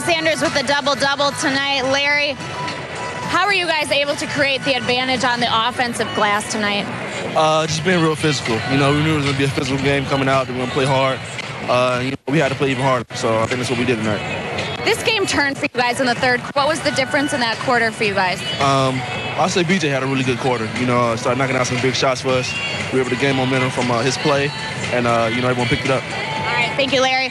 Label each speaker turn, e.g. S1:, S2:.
S1: Sanders with a double double tonight. Larry, how are you guys able to create the advantage on the offensive glass tonight?
S2: Uh, just being real physical. You know, we knew it was going to be a physical game coming out. We were going to play hard. Uh, you know, we had to play even harder. So I think that's what we did tonight.
S1: This game turned for you guys in the third. What was the difference in that quarter for you guys?
S2: Um, I say BJ had a really good quarter. You know, uh, started knocking out some big shots for us. We were able to gain momentum from uh, his play, and uh, you know everyone picked it up.
S1: All right, thank you, Larry.